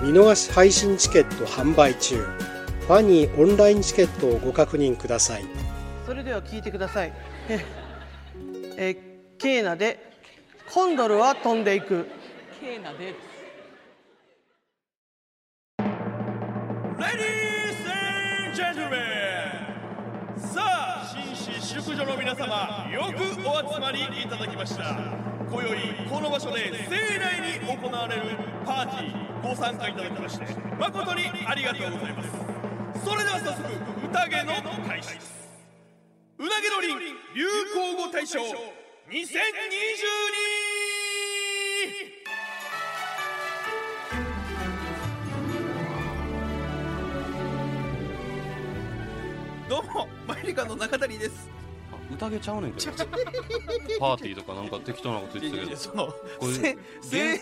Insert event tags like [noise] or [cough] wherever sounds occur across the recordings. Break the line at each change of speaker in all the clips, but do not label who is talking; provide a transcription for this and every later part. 見逃し配信チケット販売中ファニーオンラインチケットをご確認ください
それでは聞いてください [laughs] えーえーケーナでコンドルは飛んでいく
ケーナで
Ladies and gentlemen さあ紳士淑女の皆様よくお集まりいただきました今宵この場所で盛大に行われるパーティーご参加いただきまして誠にありがとうございますそれでは早速宴の開始ですうなげのりん流行語大賞2022どうもマイリカの中谷です
宴ちゃうねんけどパーティーとかなんか適当なこと言ってたけど
そう
これ
せせ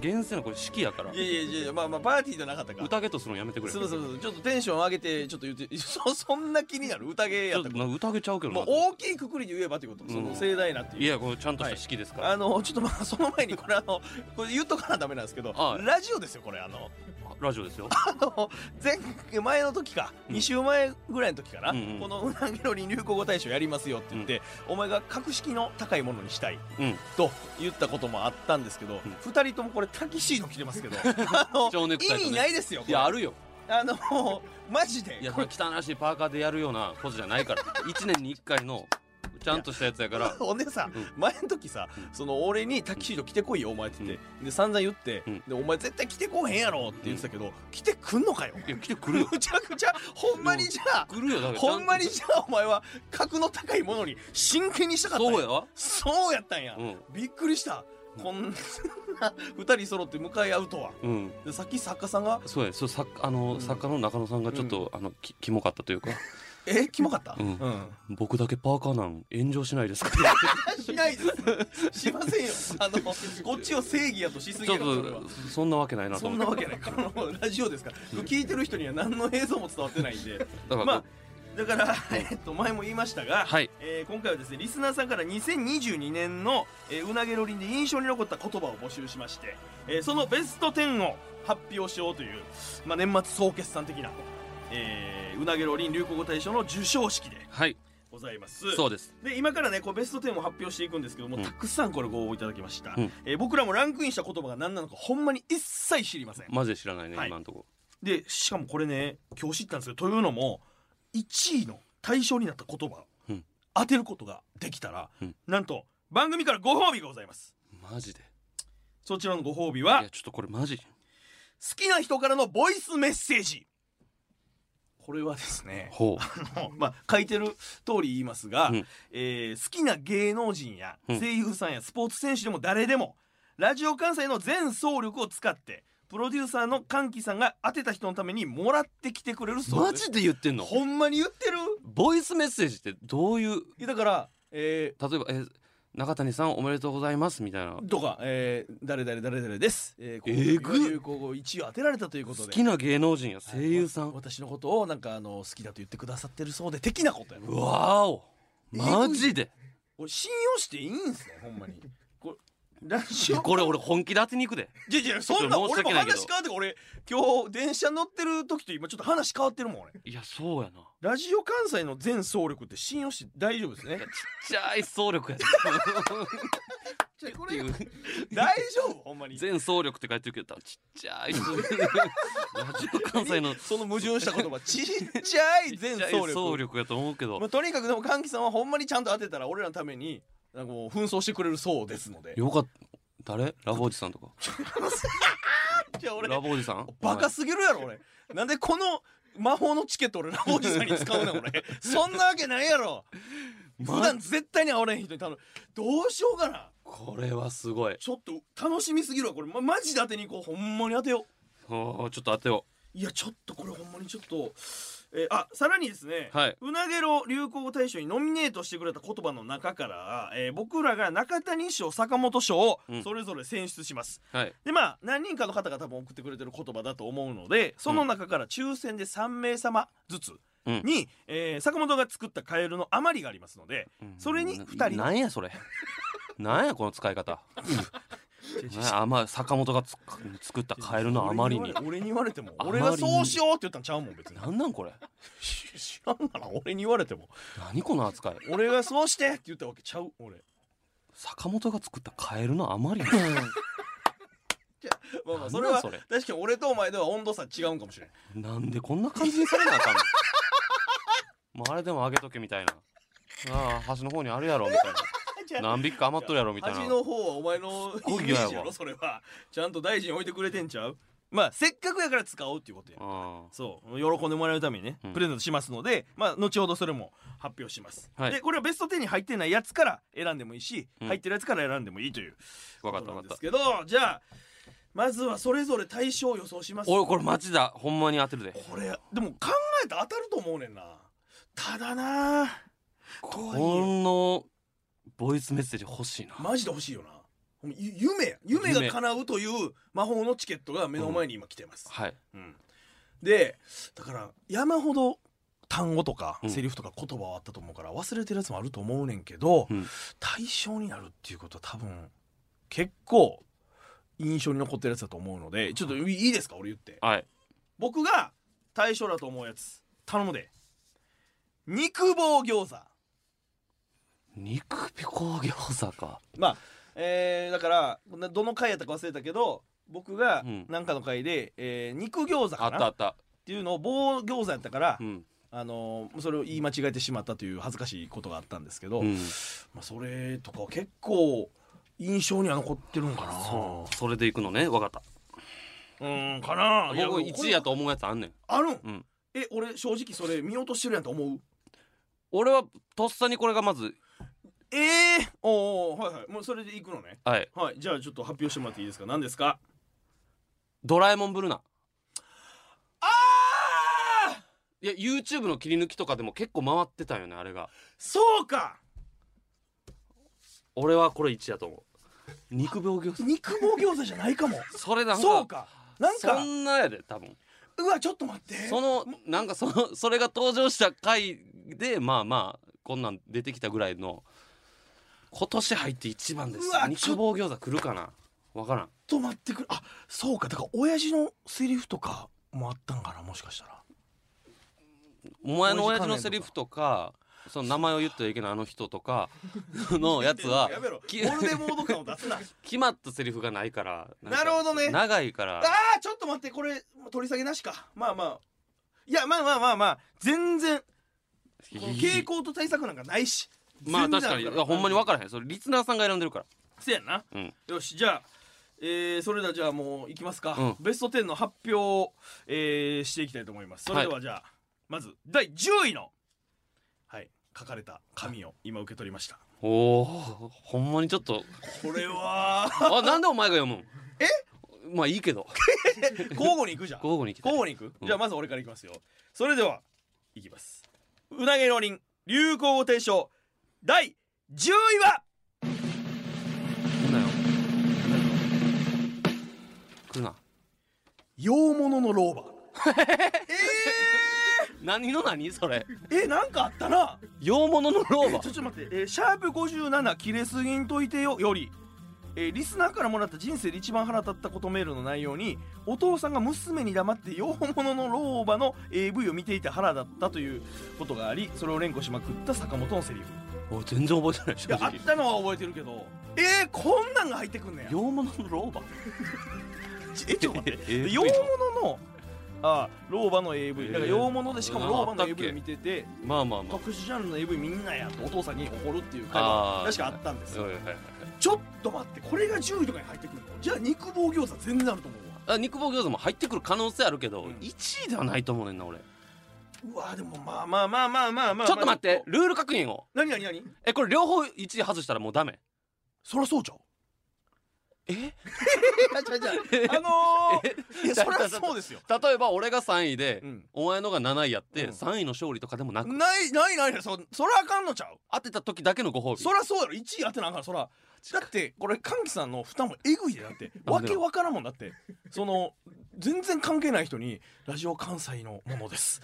厳正なこれ式やから
いやいやいやいやまあまあパーティーじゃなかったから
宴とするのやめてくれ
そうそうそうちょっとテンション上げてちょっと言ってそ [laughs] そんな気になる宴
ち
や
ょ
っ
ったと
こ
な宴ちゃうけど
と
な
もう大きいくくりで言えばってこと、その盛大なっていう
いやこれちゃんとし
は
た
い
式ですから、
あのちょっとまあ [laughs] その前にこれあのこれ言っとかなダメなんですけど、
はい
ラジオですよこれあの
ラジオですよ
あの前前の時か、
うん
2週前ぐらいの時かな、
うんうん
このうなぎのり流行語大賞やりますよって言って、お前が格式の高いものにしたい
うん
と言ったこともあったんですけど、
うん
二人ともこれタキシード着てます
[laughs]
けどあの
蝶ネク
意
タイとね
味ないですよこ
い
れ
やあるよ
あのマジで
いやそれ汚らしいパーカーでやるようなことじゃないから一年に一回のちゃんとしたやつやから
ほんでさ、
う
前の時さ、
うん
その俺にタキシード着てこいよお前って言って、で散々言って、
うん
でお前絶対着てこうへんやろって言ってたけど、着てくんのかよ
いや来てくるよ
むちゃくちゃほんまにじゃあ
来るよだから
ほんまに
ち
じゃあお前は格の高いものに真剣にしたか
ゃん
ったん
とそうやわ
そうやったんや、
うん
びっくりしたこんな二人揃って向かい合うとは
うん
でさっき作家さんが
そうやそう作あの、
ん
作家の中野さんがちょっと、あのきキモかったというか
「えキモかった?」
うん僕だけパーカーなん炎上しないですか
[laughs] しないですしませんよあ [laughs] のこっちを正義やとしすぎ
ちょ
や
っ
からそれは
とそんなわけないなと
[laughs] そ
思
ん
って
なわけないこのラジオですから聞いてる人には何の映像も伝わってないんで
だから、
まあだから、 [laughs] えっと、前も言いましたが、
はい
えー今回はですねリスナーさんから2022年の、えーうなげロリンで印象に残った言葉を募集しまして、えーそのベスト10を発表しようという、まあ、年末総決算的な、えーうなげロリン流行語大賞の授賞式で
はい
ございます
そうです
で今からねこうベスト10を発表していくんですけども、
うん
たくさんこれご応募いただきました、
うん
えー僕らもランクインした言葉が何なのかほんまに一切知りません
マジで知らないね、
はい
今のとこ
でしかもこれね今日知ったんですけどというのも1位の対象になった言葉、
うん
当てることができたら、
うん
なんと番組からご褒美がございます
マジで
そちらのご褒美
い
は
やちょっとこれマジ
好きな人からのボイスメッセージこれはですね
ほ
あの [laughs] まあ書いてる通り言いますが、
うん
えー好きな芸能人や
うん
声優さんやスポーツ選手でも誰でも、ラジオ関西の全総力を使ってプロデューサーの歓喜さんが当てた人のためにもらってきてくれる
う
そう
マ
です
ジで言ってんの
ほんまに言ってる
ボイスメッセージってどういう
いやだから、え
例えばえー中谷さんおめでとうございますみたいな
ー、とか、えー、誰々誰々です。えー、こ
え
の
ぐ
流行語1位を当てられたということ
好
で。
きな芸能人や声優さ
はい
ん
わ私のことをなんかあの好きだと言ってくださってるそうで的なことやろ。
わーおマジで
俺信用していいんすねほんまに。これラジオ。
これ俺本気で当てに行くで
いやいやそんな
ちょっ
俺も
と申し訳ないけど
話変わって俺今日電車乗ってる時と今ちょっと話変わってるもん俺。
いやそうやな
ラジオ関西の全総力って信用して大丈夫ですね
いや。ちっちゃい総力やで
こ
ってい
れ
う
大丈夫ほんまに。
全総力って書いてるけどちっちゃいラ
[laughs]
ジオ関西のちっ
その矛盾した言葉ちっちゃい全
ちゃ
総
い
力。
総力やと思うけど
まあ、とにかくでも歓喜さんはほんまにちゃんと当てたら俺らのためになんかもう紛争してくれるそうですので
よかった誰ラブおじさんとか
じゃあ俺
ラブおじさん
バカすぎるやろ俺なんでこの魔法のチケット俺ラおじさんに使うねん俺そんなわけないやろ
ま
普段絶対に会われへん人に頼むどうしようかな
これはすごい
ちょっと楽しみすぎるわこれ、ま、マジで当てに行こうほんまに当てよう
おーちょっと当てよ
いやちょっとこれほんまにちょっと、えーあさらにですね、
はいう
なげろ流行語大賞にノミネートしてくれた言葉の中から、えー僕らが中谷賞坂本賞を
うん
それぞれ選出します、
うはい
でまあ何人かの方が多分送ってくれてる言葉だと思うのでその中から抽選で3名様ずつ
うん
に、えー坂本が作ったカエルの余りがありますのでそれに
うん
2人
ななんや [laughs] それなんやこの使い方なんやあまあ坂本がつ作ったカエルのあまりに
俺に言われても
あまり
俺
に
がそうしようって言ったんちゃうもん別に
なんなんこれ
知らんがな俺に言われても
何この扱い
俺がそうしてって言ったわけちゃう俺
坂本が作ったカエルのあまりに
まあまあ
な
そ
ん
れ
なん
は
それ
確かに俺とお前では温度差違うんかもしれ
[laughs]
ん
なんでこんな感じにされなあかんのもうあれでもあげとけみたいなああ端の方にあるやろみたいな何匹か余っとるやろみたいな
端の方はお前の
ごい
イ
嫌
メ
やわ
ージやろそれはちゃんと大事に置いてくれてんちゃうまあせっかくやから使おうっていうことや
うん
そう喜んでもらえるためにね、
うん
プレゼントしますのでまあ後ほどそれも発表します、
はい
でこれはベスト10に入ってないやつから選んでもいいし、
うん
入ってるやつから選んでもいいという
わ
こ
かっ
と
た
な
わ
ん
か
で
っ
す
た
けどじゃあまずはそれぞれ対象を予想します
おいこれマジだほんまに当てるで
これでも考えたら当たると思うねんなただなあとはいえ
このボイスメッセージ欲しいな
マジで欲しいよなほんまゆ夢や夢が叶うという魔法のチケットが目の前に今来てます、
はい
うんでだから山ほど単語とか
うん
セリフとか言葉はあったと思うから忘れてるやつもあると思うねんけど、
うん
対象になるっていうことは多分結構印象に残ってるやつだと思うのでちょっといいいですか俺言って
はい
僕が対象だと思うやつ頼むで肉棒餃子
肉ピコ餃子か
まあ、えーだからなどの回やったか忘れたけど僕が
うん
何かの回で、えー肉餃子か
あった
な
あ
っ
った
ていうのを棒餃子やったから、
うん
あのーそれを言い間違えてしまったという恥ずかしいことがあったんですけど、
うん
まあ、それとか結構印象には残ってるんかな
そうそれでいくのねわかった
うーんかな
僕
こ
1
れ
位やと思うやつあんねん
あるん、
うん
え俺正直それ見落としてるやんと思う
俺はとっさにこれがまず
ええー、おうおうはいはいもうそれでいくのね
はい
はいじゃあちょっと発表してもらっていいですか何ですか
ドラえもんブルーナ
ああ
いや YouTube の切り抜きとかでも結構回ってたよねあれが
そうか
俺はこれ1やと思う肉病餃子
肉棒餃子じゃないかも
[laughs] それなんか
そうかなん
そ
か
んなやで多分
うわちょっと待って
そのなんかその [laughs] それが登場した回でまあまあこんなん出てきたぐらいの今年入って一番です
うわちょ
肉棒餃子来るかなわからん
ちょっと待ってくれあそうかだから親父のセリフとかもあったんかなもしかしたら
お前の親父のセリフとかその名前を言ってはいけないあの人
[laughs]
とかのやつは
やめろ
き
ボルデモード感を出すなあ
[laughs] 決まったセリフがないからんか
なるほどね
長いから
ーちょっと待ってこれ取り下げなしかまあまあいやまあまあまあまあ全然この傾向と対策なんかないし
まあ
全然
確かにい
る
やほんまに
わ
分からへんそれリスナーさんが選んでるか
せやな、
うん
よしじゃあえーそれではじゃあもういきますか、
うん
ベスト10の発表を、えーしていきたいと思いますそれではじゃあ、まず第10位のはい書かれた紙を今受け取りました
らおおほんまにちょっと
これは
[laughs] あなんでお前が
[laughs]
読むんえまあいいけど
交互に行くじゃん
交互に来て
交互に行く、
うん
じゃあまず俺から行きますよそれではいきますうなげのりん流行語大賞第10位は
来んなよ来るな
洋物の老婆
何の何それ
えなんかあったな
洋物の老婆
ちょっと待って、えーシャープ57切れすぎんといてよより、えーリスナーからもらった人生で一番腹立ったことメールの内容にお父さんが娘に黙って洋物の老婆の AV を見ていて腹だったということがありそれを連呼しまくった坂本のセリフ
[laughs] おい全然覚えてない
い
正
やあ
直
ったのは覚えてるけどえー、こんなんが入ってくんねや
洋物の老婆
ち [laughs] えちょっと待って
AV
で洋物のあー老婆の AV、だから
えー
洋物でしかも老婆
ああった
の
っけ
AV を見てて
まあまあまあ
特殊ジャンルの AV みんなやとお父さんに怒るっていう回が
あー
確かあったんですよ
はいはいはい
ちょっと待ってこれが10位とかに入ってくるのじゃあ肉棒餃子全然あると思
あ肉棒餃子も入ってくる可能性あるけど、
うん
1位ではないと思うねんな俺、
うわうわでもまあまあまあまあまあまあ
ちょっと待ってルール確認を
何何何
えこれ両方1位外したらもうダメ
そらそうちゃう [laughs]
え
いや違う違
[laughs]
うあのー、いやそりゃそうですよ
例えば俺が3位で、
うん
お前のが7位やって、
うん
3位の勝利とかでもなく
ないないないないそそらあかんのちゃう
当てた時だけのご褒美
そらそうやろ1位当てなあかんそらだってこれ歓喜さんの負担もえぐいでだってわけわからんもんだってその全然関係ない人に「ラジオ関西のものです」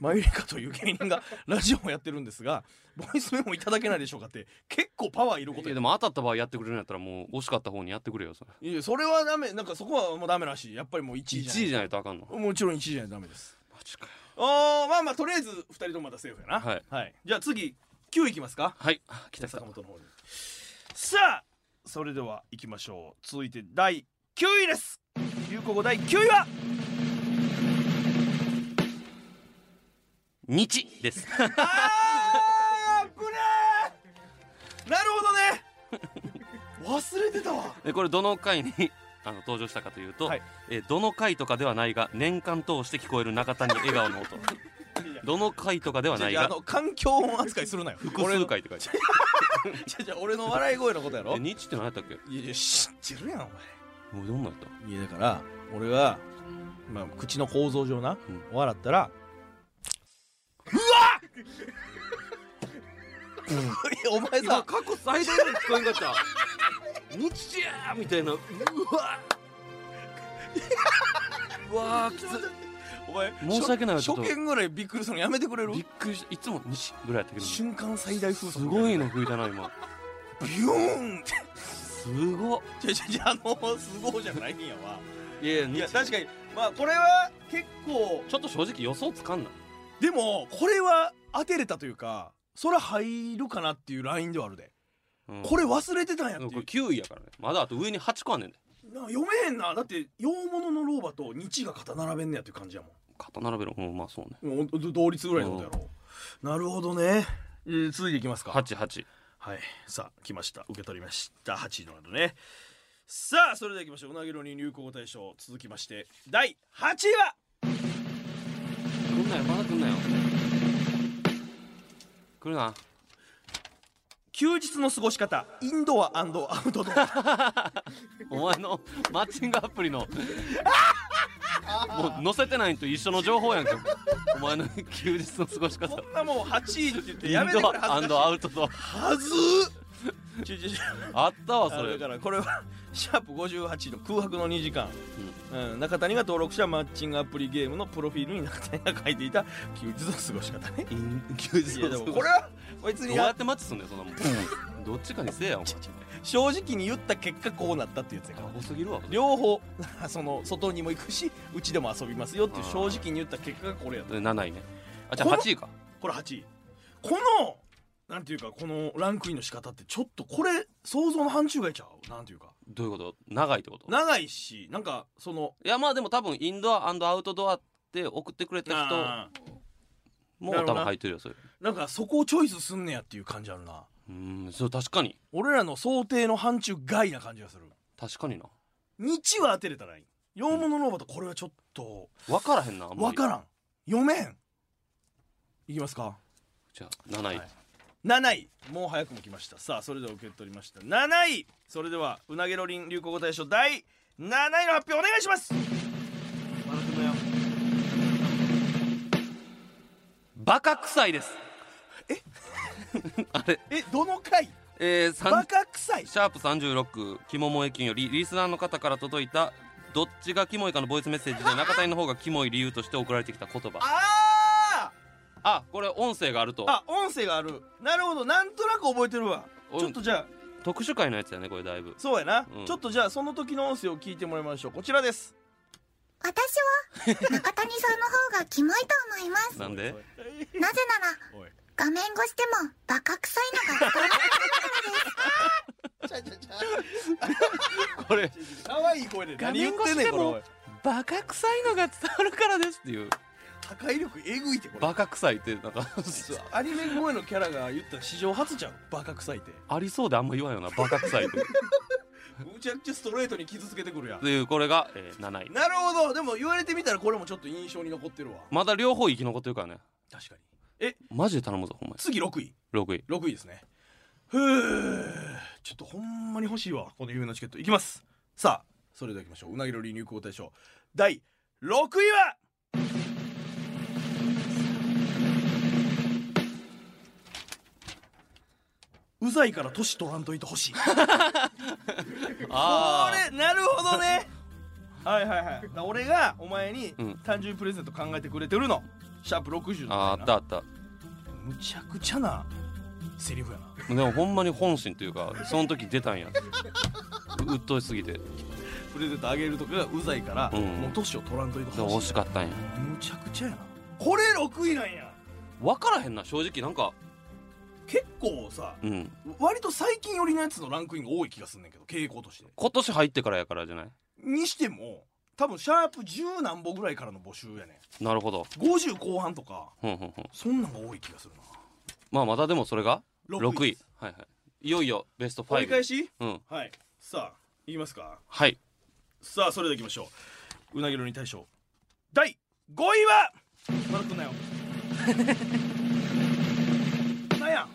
マユリカという芸人がラジオをやってるんですがボイスメモいただけないでしょうかって結構パワーいること
いや
や
でも当たった場合やってくれるんやったらもう惜しかった方にやってくれよそれ
いやそれはダメなんかそこはもうダメらしいやっぱりもう1位じゃない
1位じゃないとあかんの
もちろん1位じゃないとダメです
マジかよ
あーまあまあとりあえず2人ともまたセーフやな
はい
じゃあ次9いきますか
はい来た来た
坂本の方にさあそれでは行きましょう続いて第9位です流行語第9位は
日です
あーぶねーなる [laughs] ほどね忘れてたわ
でこれどの回にあの登場したかというと、
はい
えーどの回とかではないが年間通して聞こえる中谷笑顔の [laughs] 音どの回とかではない
じゃああ
が
の環境音扱いするなよ
複数回って書いてある
じゃじゃ俺の笑い声のことやろ
え日って何やったっけ
いやいや知ってるやんお前
俺どんなんやった
いやだから俺が、まあ、口の構造上な、
う
笑ったら [laughs] うわっ、 [laughs] お前さ
過去最大の聞こえんかった日やーみたいなうわうわーきつ
お前
申し訳ないわ
初
ちょっと
初見ぐらいびっくりするのやめてくれる
びっくりしたいつも日ぐらいやったけどす
瞬間最大風速
ごいの吹いたな今
ビューンって
すごっ
じゃじゃじゃあのすごいじゃないんやわ
いや
い
い
や
や
確かにまあこれは結構
ちょっと正直予想つかんな
でもこれは当てれたというかそら入るかなっていうラインではあるで、
うん
これ忘れてたんやっ
でも
て
こ
い
れ
う
9位やからねまだあと上に8個あんねんで
なんか読めへんなだって洋物の老婆と日が肩並べんねやっていう感じやもん
肩並べるうんまあそうね
もうど同率ぐらいのことやろ、なるほどね、えー続いていきますかはい、
88
さあ来ました受け取りました8位のなねさあそれではいきましょううなぎろに流行語大賞続きまして第8位は
来んなよまだ来んなよ来るな
休日の過ごし方インドアアウトド
[laughs]
ア
お前のマッチングアプリのもう載せてないんと一緒の情報やんけお前の休日の過ごし方
こんなもう8位って言って
イン
やめて
ド
くれ
ア
恥ずかしい
アウトドア
はずーちょちょちょ
あったわそ
あ
れ
だからこれはシャープ58の空白の2時間、うん中谷が登録したマッチングアプリゲームのプロフィールに中谷が書いていた休日の過ごし方ね
イン休日
いやで
の
も
過
こ
ごし
れは別
どう
に
や
や
ってマッチすんねんそんなもんどっちかにせえやお前
[laughs] 正直に言った結果こうなったっていうやつやから
多すぎるわそれ
両方 [laughs] その外にも行くしうちでも遊びますよっていう
あー
正直に言った結果がこれやった
で7位ねあじゃあ
この
8位か
これ8位このなんていうかこのランクインの仕方ってちょっとこれ想像の範疇外ちゃうなんていうか
どういうこと長いってこと
長いしなんかその
いやまあでも多分インドアアウトドアって送ってくれた人
あー
も
なるほ
う多
ど
分
な
入ってるよそれ
なんかそこをチョイスすんねやっていう感じあるな
うんそう確かに
俺らの想定の範疇外な感じがする
確かにな
日は当てれたらいい洋物のローバとこれはちょっと
分からへんなあんま
分
り
からん読めんいきますか
じゃあ7位、
はい7位もう早くも来ましたさあそれでは受け取りました7位それではうなげろりん流行語大賞第7位の発表お願いします
バカ臭いですえあれ
えどの回
えー、
バ
三
カ臭い
シャープ36キモ萌え金よりリスナーの方から届いたどっちがキモいかのボイスメッセージで中谷の方がキモい理由として送られてきた言葉
あ
あこれ音声があると
ーあ音声があるなるほどなんとなく覚えてるわ
おい
ちょっとじゃあ
特殊会のやつやねこれだいぶ
そうやな、
うん
ちょっとじゃあその時の音声を聞いてもらいましょうこちらです
私は中谷さんの方がキモいと思います
なんで
なぜなら
おい
画面越してもバカ臭いのが伝わらないからです
これ
可愛い声で何言ってんねんこれおい
バカ臭いのが伝わるからですっていう
破壊力えぐいってこれ
バカ臭いってなん
[laughs]
か
そうアニメ声のキャラが言ったら史上初じゃんバカ臭いって
ありそうであんま言わんよなバカ臭いってっ
むちゃくちゃストレートに傷つけてくるやん
ていうこれが、えー、7位
なるほどでも言われてみたらこれもちょっと印象に残ってるわ
まだ両方生き残ってるからね
確かに
マジで頼むぞほんま
次6位
に6位
6位ですねふうちょっとほんまに欲しいわこの有名なチケットいきますさあそれではいきましょううなぎの流行語大賞第6位はうざいから年取らんといてほしいこ
ああ
れなるほどね [laughs] はいはいはいだから俺がお前に
うん
誕生日プレゼント考えてくれてるのシャープ60
あ
の
あったあった
むちゃくちゃなセリフやな
でもほんまに本心というかその時出たんやうっといすぎてで
プレゼントあげるとかがうざいから、
うん
もう年を取らんといてほ
惜
しい
しかったんや
むちゃくちゃやなこれ6位なんや
分からへんな正直なんか
結構さ
うん
割と最近寄りのやつのランクインが多い気がするんだけど傾向として
今年入ってからやからじゃない
にしても多分シャープ10何本ぐらいからの募集やね
なるほど
50後半とか
ふんふんふん
そんなんが多い気がするな
まあまたでもそれが6位
六位です
はいはいいよいよベスト
折り返
5
し
うん
はいさあいきますか
はい
さあそれではいきましょううなぎろに大賞第5位はまだ来ん [laughs] なよなんや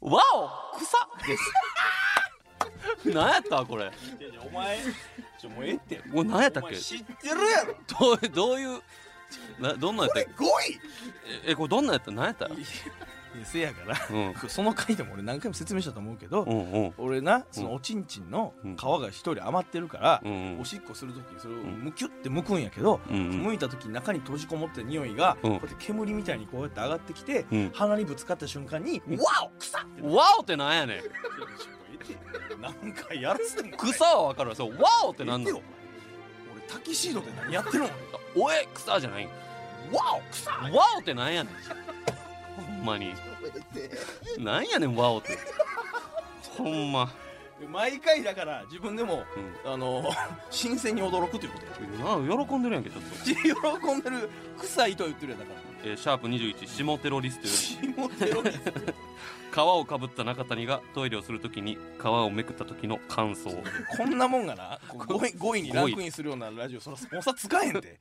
わお草です何やったこれ
いやいやお前ちょもうええって
もう何やったっ
お前
け
知ってるやろ
どうどういうなどんなんやったっけ
5位
えこれどんなんやった何やった
いやせやから
うん
その回でも俺何回も説明したと思うけど、
うんうん
俺なそのおちんちんの
うん
皮が一人余ってるから、
うん
おしっこする時にそれをむきゅってむくんやけど、
うんうん
むいた時に中に閉じこもってる匂いが、
うん
こうやって煙みたいにこうやって上がってきて、
うん
鼻にぶつかった瞬間に「わお草!」って
わおってなんやねん
何回やらせてんの
草は分かるわそうわおってなんな
言
の
ってよ俺タキシードで何やってるのわ
おえ草じゃない
お草
わおってなんやねんほんまになんやねんわおってほんま
毎回だから自分でも
うん
あの [laughs] 新鮮に驚くということや
な喜んでるやんけちょっと、
喜んでる臭いと言ってるやんだ
[laughs]
から
えーシャープ21下テロリストより
血もテロリスト
皮をかぶった中谷がトイレをするときに皮をめくった時の感想
こんなもんがなこう5位5位にランクインするようなラジオそらスポンサー使えへん
[laughs]
で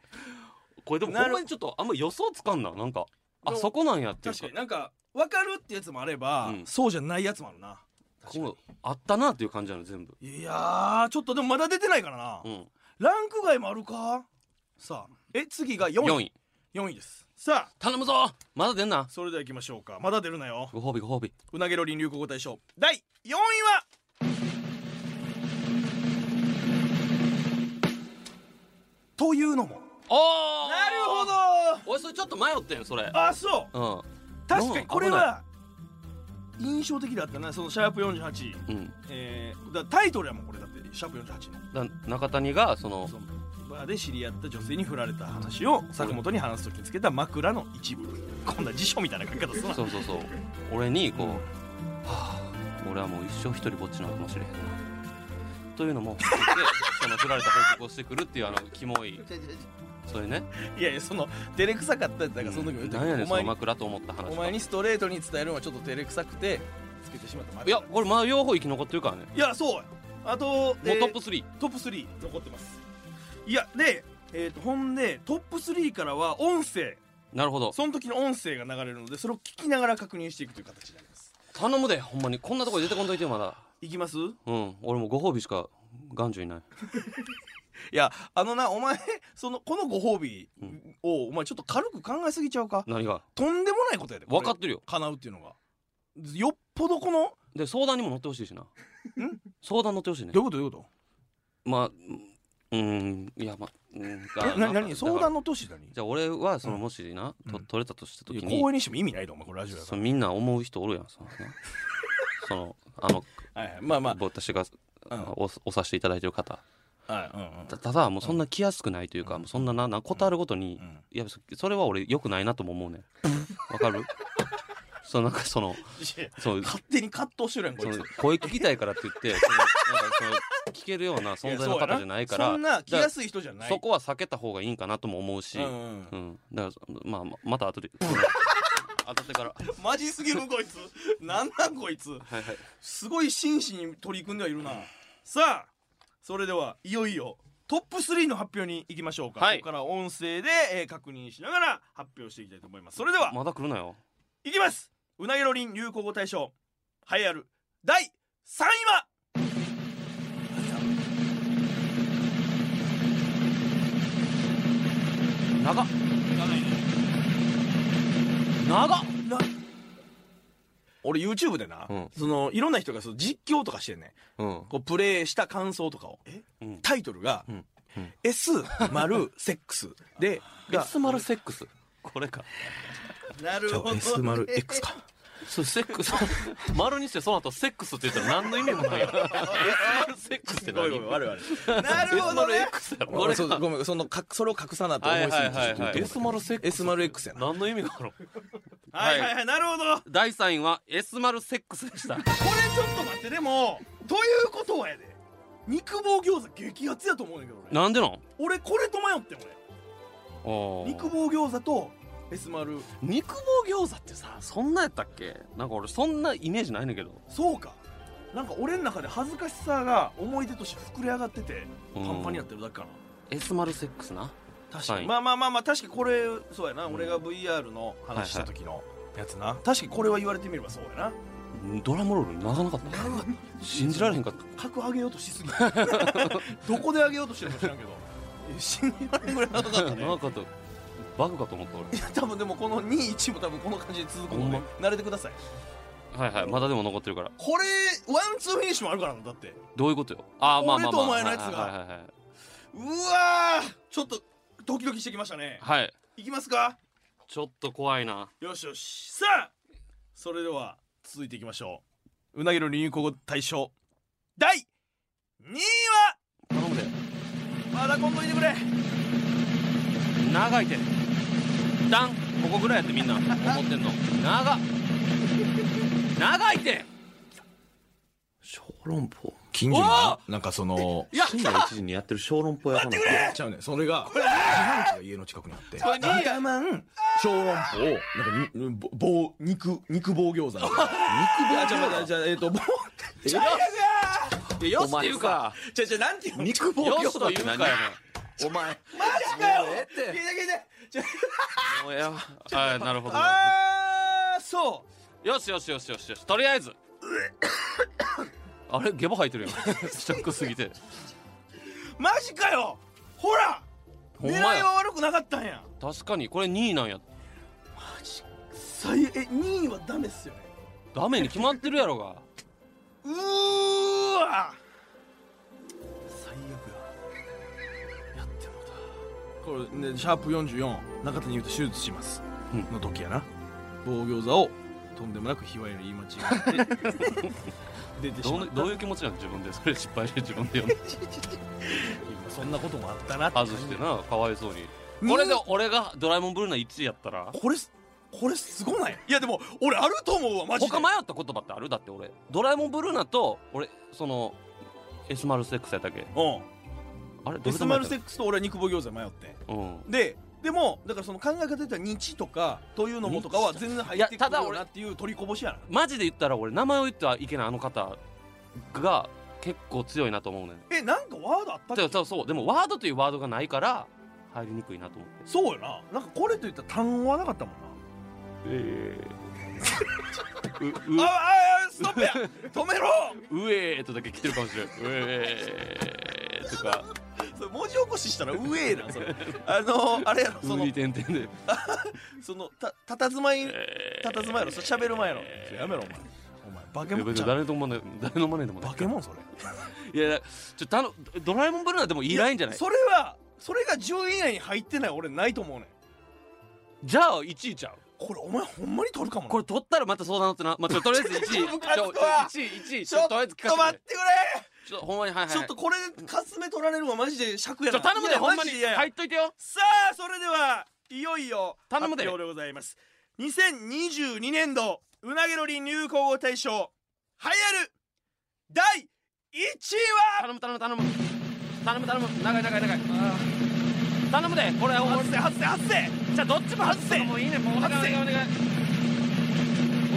これでも
な
ほ
る
んまにちょっとあんま予想つかんななんかあ
でも
そこなんやっていう
確か
か
になんか分かるってやつもあれば、
うん
そうじゃないやつもあるな
こうあったなっていう感じなの全部
いやーちょっとでもまだ出てないからな、
うん
ランク外もあるかさあえ次が4
4
位
位
4位ですさあ
頼むぞまだ出んな
それではいきましょうかまだ出るなよ
ご褒美ご褒美
うなげろりん流行語大賞第4位はというのも
あ
なるほど
俺それちょっと迷ってんそれ
あそう
うん
確かにこれ
な
は印象的だったなそのシャープ48、
うん
えー、だタイトルやもんこれだってシャープ48の
だ中谷がその
そのバーで知り合った女性に振られた話を坂本に話す時につけた枕の一部こんな辞書みたいな書き方するな
そうそうそう俺にこう「はあ俺はもう一生一人ぼっちなのかもしれへんな」という
[laughs]
のもって言ってその振られた報告をしてくるっていうあのキモいそういうね
いやいやその照れくさかったってだからその時も言った
何やねん
お
その
前に
枕と思った話
お前
は
にストレートに伝えるのはちょっと照れくさくてつけてしまった枕
いやこれまあ両方生き残ってるからね
いやそうやあと、
もうトッ
え
プ
ー
3
トップ3残ってますいやで、えー、とほんでトップ3からは音声
なるほど
その時の音声が流れるのでそれを聞きながら確認していくという形になります
頼むでほんまにこんなとこで出てこんといてよまだ
いきます
うん俺もうご褒美しか眼中いない
いやあのなお前そのこのご褒美
うん
を、お前ちょっと軽く考えすぎちゃうか
何が
とんでもないことやでこれ
分かってるよ
叶うっていうのがよっぽどこの
で相談にも乗ってほしいしな相談乗ってほしいね
ういうことどういうこ
まあうんいやまあうん
と
あ
えな何相
だから
談の年何
じゃあ俺はその
うん
もしな、と
うん
取れたとした
い
時
や
に
公園にしても意味ないでお前これラジオやか
そうみんな思う人おるやんそ
[laughs]
の,、ね、そのあの
ら、はいはい、まあま
私が
うん
おおさせていただいてる方
あ、はいうん
たただもうそんな来やすくないというか、もうそんなななことあるごとに、
うんうん
いやそそれは俺良くないなとも思うねんわ
[laughs]
かるそうなんかその
いや
そう
勝手に葛藤してるやんこ
そ
いつ
の声聞きたいからって言ってそのなんかその聞ける [laughs] ような存在の方じゃないから
やそうやなそんな来やすい人じゃ
だか
な
ら
い
そこは避けた方がいいんかなとも思うし、
うんうん
うん、だからまあままた後で [laughs] 当たってからは
マジすぎるこいつなんなんこいつ
いはい
すごい真摯に取り組んではいるなさあそれではいよいよトップ3の発表に行きましょうか、
はい
ここから音声で、えー確認しながら発表していきたいと思いますそれでは
まだ来るなよ
いきますうなぎろりん流行語大賞栄えある第3位は何や
長っ長っ
な俺 YouTube でな、
うん
そのいろんな人がその実況とかしてんねん
うん
こうプレイした感想とかを
うん
タイトルが
うんうん
「S 丸セックス」でが
S 丸セックスこれか
なるほど、ね、
S 丸 X か
そうセックス [laughs] 丸にしてその後セックスって言ったら何の意味もない [laughs] S 丸セックスって
ごめん
何
ごめん我々
なるほ
S
ど
丸
ね
X やろ
ご
こ
め
れ
んそう
か
ごめんそのかそれを隠さなと思いすぎて
はいはいはいはい
ちょっと言ってもらった
S 丸セックス
S 丸 X やな
何の意味があるの
はいはいはいなるほどこ
第3位は S 丸セックスでした
れちょっと待ってでもということはやで
肉棒餃子激アツやと思うねんだけど俺
[laughs] なんでなん
俺これと迷ってん俺
あー
肉棒餃子と S 丸
肉棒餃子ってさそんなやったっけなんか俺そんなイメージないねんだけど
そうかなんか俺の中で恥ずかしさが思い出として膨れ上がっててパ
うん
ンパンになってるだけかな
S 丸セックスな
確かに、
はい
まあまあまあまあ確かにこれそうやな、俺が VR の話した時のやつな、確かにこれは言われてみればそうや
ドラムロール長なかった
な
信じられへんかった
格上げようとし
[laughs]
すぎたどこで上げようとしてるのか知らんけどえ信じられんぐらい長かったね
長かったバグかと思った
いや多分でもこの21も多分この感じで続くので、
ほん
慣れてください
俺はいはいまだでも残ってるから
これワンツーフィニッシュもあるからなだって
どういうことよああまあまあ
俺
まあ
とお前のやつが
はいはいはいう
わーちょっとドキドキしてきましたね
はい、はい、
いきますか
ちょっと怖いな
よしよしさあそれでは続いていきましょううなぎの流行語大賞第2位は
頼むで
まだ今度いてくれ
長いてダンここぐらいやってみんな思ってんの長っ長いて小籠包
近
所にな
なんかその
いや深夜1時にやってる小籠包屋さん
ちゃうねそれが自販機が家の近くにあって豚まん小籠包なんかにぼ棒肉肉棒餃子肉棒あじゃあじゃあじゃあえっと棒違うよ
お前さ
じゃじゃなんていうの
肉棒よしというかやね
お前マジかよ聞いて聞いて
んもうええわはいなるほど
あーそう
よしよしよしよしよしとりあ
[laughs]
えずあれゲボ吐いてるやん [laughs] ショックすぎて
マジかよほら
ほん
狙
ま
い
や
は悪くなかったんや
確かにこれ2位なんや
最え2位はダメっすよね
ダメに決まってるやろが
うーわ最悪ややってもうたこれねシャープ44中谷優太手術します、
うん
の時やな棒餃子をとんでもなく卑猥な言い間違えて [laughs] 出てし
ど
ま
う
っ
どういう気持ちなん自分でそれ失敗して自分で読んで
たそんなこともあったなって
外してなかわいそうに
うん
これで俺がドラえもんブルーナ1位やったら
これすこれすごないいやでも俺あると思うわマジで
他迷った言葉ってあるだって俺ドラえもんブルーナと俺そのエスマルセックスやったっけ
うん
あれど
デ
れ
ス
で
マ
迷
ル
っ
セ
た
ックスと俺は肉棒餃子迷って
うん
ででもだからその考え方で言ったら日とかというのもとかは全然入って
いや
く
た
る
だ
よ
俺
なっていう取りこぼしやな
マジで言ったら俺名前を言ってはいけないあの方が結構強いなと思うねん
えなんかワードあったっ
そう
け
そうそうでもワードというワードがないから入りにくいなと思って
そうよななんかこれといったら単語はなかったもん
え
な
ー、
あああストップ
[laughs]
や止めろ
ううえーとだけ来てるかもしれないうえーとか
それ文字起こししたらうええなそれあの
[laughs]
あれやろ
う
その
に点々で
そのたたたずまい
え
たたずまいやろそれ喋る前やろそれやめろお前お前バケモンちゃう
誰のマネ誰のマネでもない
バケモンそれ
いやちょっとあのドラえもんブルーナでもいいラインじゃない
それはそれが10位以内に入ってない俺ないと思うねん
じゃあ1位ちゃう
これお前ほんまに取るかもな
これ取ったらまた相談乗ってなまあちょとりあえず1位
ちょっとムカつくわ
1位1位
ちょっ
と
と
りあ
待っ
えず
て
聞かせて
くれ
ちょっとほんまにはいはい
ちょっとこれかすめ取られるのはマジで尺や
ち
な
ょ頼む
い
で
や
ほんまに
マジで嫌や
入っといてよ
さあそれではいよいよ
頼むで
発表でございます2022年度うなげろりん流行語大賞栄えある第1位は
頼む頼む頼む頼む頼む長い長い長い頼むでこれ
外せ外せ外せ
じゃあどっちも外せもういいねもうお願いお願いお願い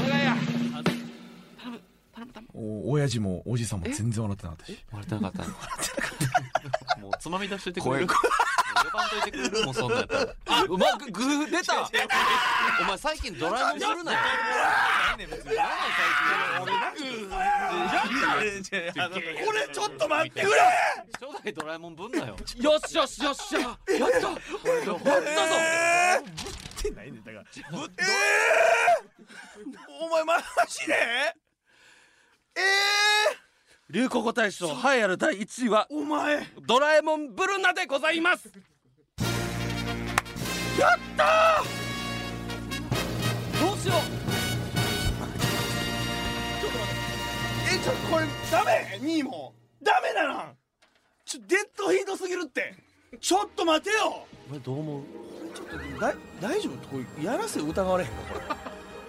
お願いや
お親父もおじさんも全然笑ってなかったし
笑ってなかったもうつまみ出しといてくれる呼ばんといてくれるもうそんなんやったらあうまくグー出たお前最近ドラえもんするなよ
これちょっと待ってくれ
初代ドラえもんぶんなよよしよしよっしゃやったやったぞ
ぶっえー、お前マジでえ
流行語大賞栄えある第1位は
ー、お前や
ドラえもんブルナでございます
った
どうしよ
えちょっとこれダメ2位もダメだなんちょデッドヒートすぎるってちょっと待てよ
うお前どう思う
だ大丈夫これやらせ疑われへんかこ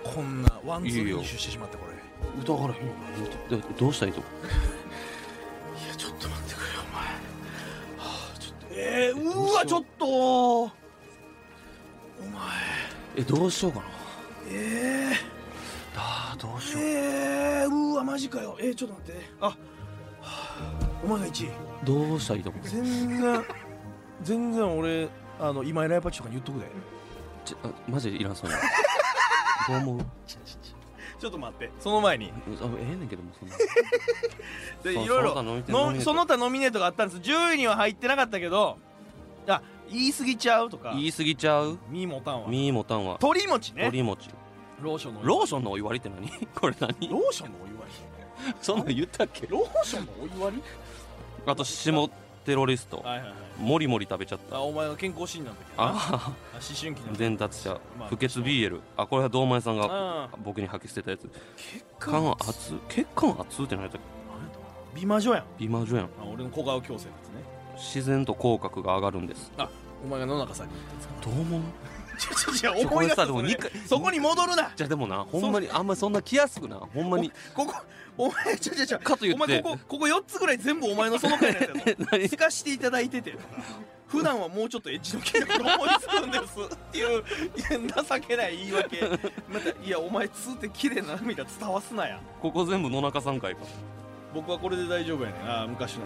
れこんなワンツ
いい
ー
よ
練習してしまってこれい
疑われへんよどどうしたらいいと思う
やちょっと待ってくれよお前、はあ、ちょっとえー、うわちょっとお前
えどうしようかな
え
あーどうし
ー、
よう
えー、うわマジかよえー、ちょっと待ってねあ、はあ、お前が1位
どうしたらいいと思う
全然全然俺あの今井ライパチとかに言っとくで
ちょあマジでいらん [laughs] そうなどう思う
ちょっと待ってその前に
あええねんけどもそんな
で
そう
いろい
そ
ろ
の他ノミネートノ
の
ミネート
その他ノミネートがあったんです10位には入ってなかったけどあ言い過ぎちゃうとか
言い過ぎちゃう
ミーモタンは
ミーモタンは
鳥餅ね
鳥餅
ローションの
ローションのお湯割りって何 [laughs] これ何
ローションのお湯割
そんなん言ったっけ
りローションのお湯割
あと下テロリスト
りはいはいはい
もりもり食べちゃった
あお前が健康診断の時だなあ
あ
思春期の
あ伝達者
まあ
不潔 BL あこれは堂前さんが
うん
僕に吐き捨てたやつ
血
血管圧血管圧って何やったっ
美魔女やん
け美魔女やん
あ俺の小顔矯正のやつね
自然と口角が上がるんです
あお前が野中さんに言ったやつか
どう思う
ちょちょちょ思い出
これさ
す
でも
それ
二回
そこに戻るな
じゃあでもなほんまにあんまそんな気安くなほんまに
ここお前ちょちょちょ
かといって
お前ここここ4つぐらい全部お前のその回のやつや
[laughs] 何
ぞ透かしていただいててとか普段はもうちょっとエッジの計画を思いつくんですっていういや情けない言い訳またいやお前通って綺麗な涙伝わすなや
ここ全部野中さ
[laughs]
ん会か
僕はこれで大丈夫やねんああ昔の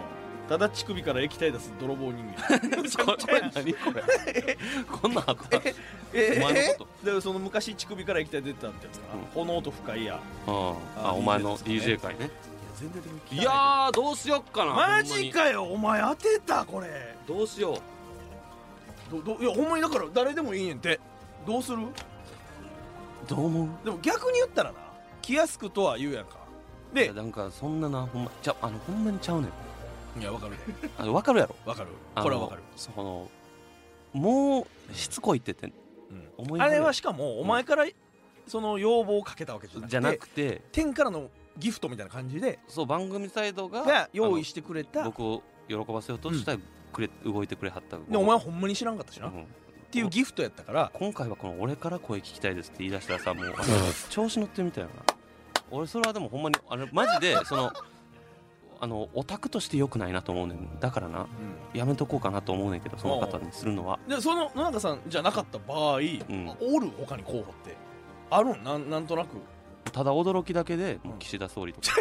ただ乳首から液体出す泥棒人間
これ何これ [laughs] こんなんあった
[laughs] え
お前のこ
えでその昔乳首から液体出てたってやつか、
うん
炎と深いや
あああお前の DJ 会ね
いや全然的に聞かない
い
けど
やーどうしよっかな
マジかよお前当てたこれ
ほんまにどうしよう
どどいやほんまにだから誰でもいいねんってどうする
どう思う
でも逆に言ったらな気安くとは言うやんか
い
で
やなんかそんななほんまちゃあのほんまにちゃうねん
いやわかるで
あのわかるやろ
わかる
[laughs] あの
これはわかる
そのもうしつこいってって
うん
思い
あ
出
れはしかもお前からその要望をかけたわけじゃなくて
じゃなくて
天からのギフトみたいな感じで
そう番組サイドが
が用意してくれ
あの
た
僕を喜ばせようとしたらくれ、動いてくれはった
でお前はほんまに知らんかったしな、
う
っ
ん
ていうギフトやったから
今回はこの俺から声聞きたいですって言い出したらさもうあの調子乗ってみたよな俺それはでもほんまにあれマ
[laughs]
ジでそのあのオタクとして良くないなと思うねんだからなやめとこうかなと思うねんけどその方にするのは
でその野中さんじゃなかった場合、
ん
おる他に候補ってあるんなんなんとなく
ただ驚きだけでもう岸田総理とか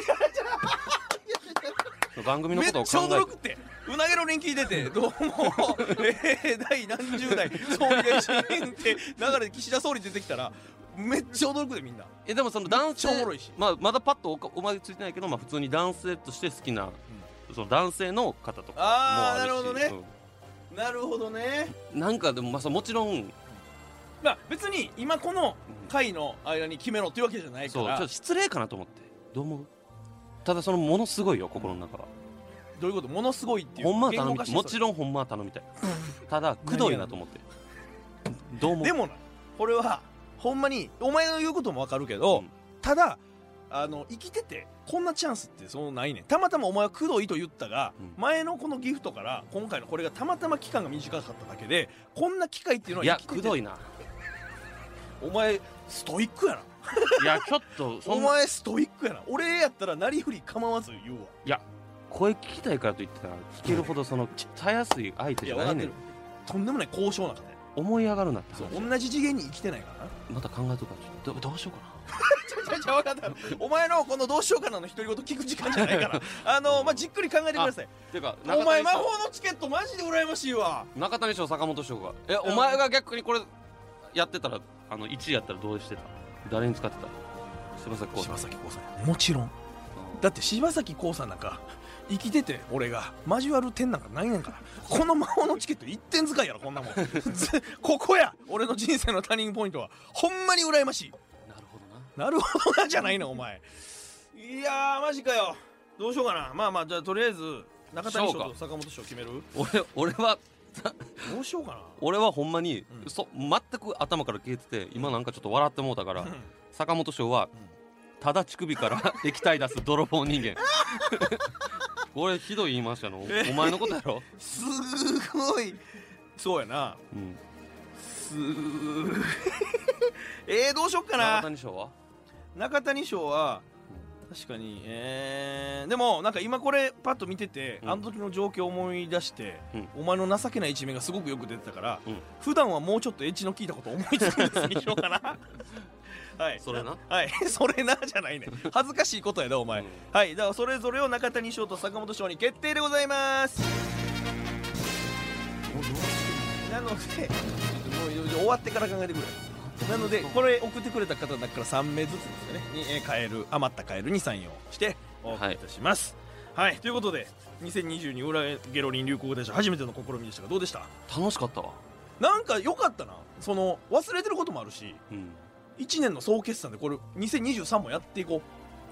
番組の
め
こ
っち
と
ゃ
を考
驚くっ
え
てうなげの連携出
[laughs]
てどうもえー第何十代総理大臣って流れで岸田総理出てきたらめっちゃ驚くでみんな
てえでもその男性
めっちゃおもろいし
まあ、まだパッとおかお前ついてないけど、まあ、普通に男性として好きな、その男性の方とかも
あー
あるし
なるほどねなるほどね
うんなんかでも、まあ、そのもちろん
まあ別に今この会の間に決めろっていうわけじゃないか
そうちょ
ら
っと失礼かなと思ってどう思うただそのものすごいよ心の中は
どういうことものすごいっていう
ほんまは頼み
言語化して
も
そ
ち
れ
ろんほんまは頼みたいただくどいなと思ってどう思う
でもなこれはほんまにお前の言うこともわかるけど、
うん
ただあの生きててこんなチャンスってそのないねんたまたまお前は工藤いと言ったが、
うん
前のこのギフトから今回のこれがたまたま期間が短かっただけでこんな機会っていうのはい
や
生きてて
くどいな
お前ストイックやない
やちょっとそ
お
んな
前ストイックやな俺やったらなりふり構わず言うわ
声聞きたいからといってな聞けるほどそのたやすい相手
い
じ
や分
ゃ
かっ
ない
て
ね
る
ん
とんでもない高尚な方や
思い上がるなって
そう
話
同じ次元に生きてないからな
また考えとくからちょっとどどうしようかな
じゃじゃ分かったお前のこのどうしようかなの独り言聞く時間じゃない
[laughs]
からあの、まあ、じっくり考えてください
ていうか
お前魔法のチケットマジで羨ましいわ
中谷賞坂本賞がえお前が逆にこれやってたらあの1位やったらどうしてた誰に使ってた柴咲コウさん
崎幸さんもちろんだって柴咲コウさんなんか生きてて俺が交わる点なんかないねんからこの魔法のチケット1点使いやろこんな [laughs] もんずここや俺の人生のターニングポイントはほんまに羨ましい
なるほどな
なるほどなじゃないのお前いやーマジかよどうしようかなまあまあじゃあとりあえず中谷賞
そう
と
か
坂本賞決める
俺俺は
どうしようか
俺はほんまに、
うん
そ全く頭から消えてて今なんかちょっと笑ってもうたから、
な
坂本賞は、ただ乳首から [laughs] 液体出す泥棒人間 [laughs] これひどい言いましたのお前のことやろ、
[laughs] すごいそうやな
うん、
す [laughs] えー、どうしよっか
中
な
谷賞は
中谷賞は確かにえー、でもなんか今これパッと見てて、
うん
あの時の状況を思い出して、
うん
お前の情けない一面がすごくよく出てたから、
うん
普段はもうちょっとエッジの効いたこと思いつくんですにしようかなはい
それな
はい [laughs] それなじゃないね恥ずかしいことやなお前、
うん
はいだからそれぞれを中谷翔と坂本翔に決定でございますなのでちょっともう終わってから考えてくれなのでこれ送ってくれた方だから3名ずつですねにえーカエル余ったカエルに採用してお送りいたしますはい、ということで2022裏ゲロリン流行語大賞初めての試みでしたがどうでした
楽しかったわ、
なんか良かったなその忘れてることもあるし
うん、
1年の総決算でこれ2023もやっていこ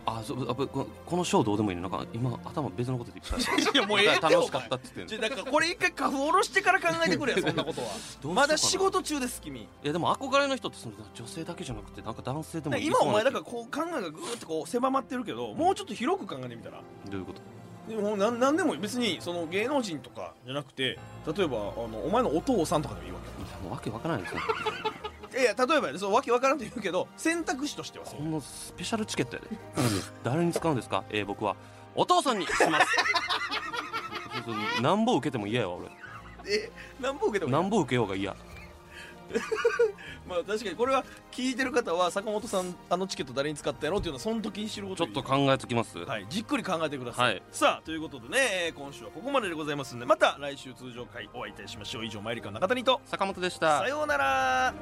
あそうあぶここの賞どうでもいいのなんか今頭別のこと言ってきた
う [laughs] いやもうええってお前
楽しかったって言って
ちょ
んの
だからこれ一回花粉下ろしてから考えてくれよそんなことは
[laughs] どうしようかな
まだ仕事中です君
いやでも憧れの人ってその女性だけじゃなくてなんか男性でもい
今お前だから
ら
こう考えがぐーってこう狭まってるけどもうちょっと広く考えてみたら
どういうこと
でもなんなんでもいい別にその芸能人とかじゃなくて例えばあのお前のお父さんとかでもいいわけ
いやもうわけわからないですよ
いやいや例えばねそのわけわからんと言うけど選択肢としてはそう
このスペシャルチケットやで誰に使うんですかえー、僕はお父さんにします [laughs] なんぼ受けても嫌やわ俺
え何ぼ受けてもいい
なんぼ受けようが嫌
まあ確かにこれは聞いてる方は坂本さんあのチケット誰に使ったやろっていうのはその時に知るこ
ち
と
ょっ
に
と考えつきます、
はい、じっくり考えてください、
はい
さあということでね、えー今週はここまででございますんでまた来週通常回お会いいたしましょう以上マイリカの中谷と
坂本でした
さようなら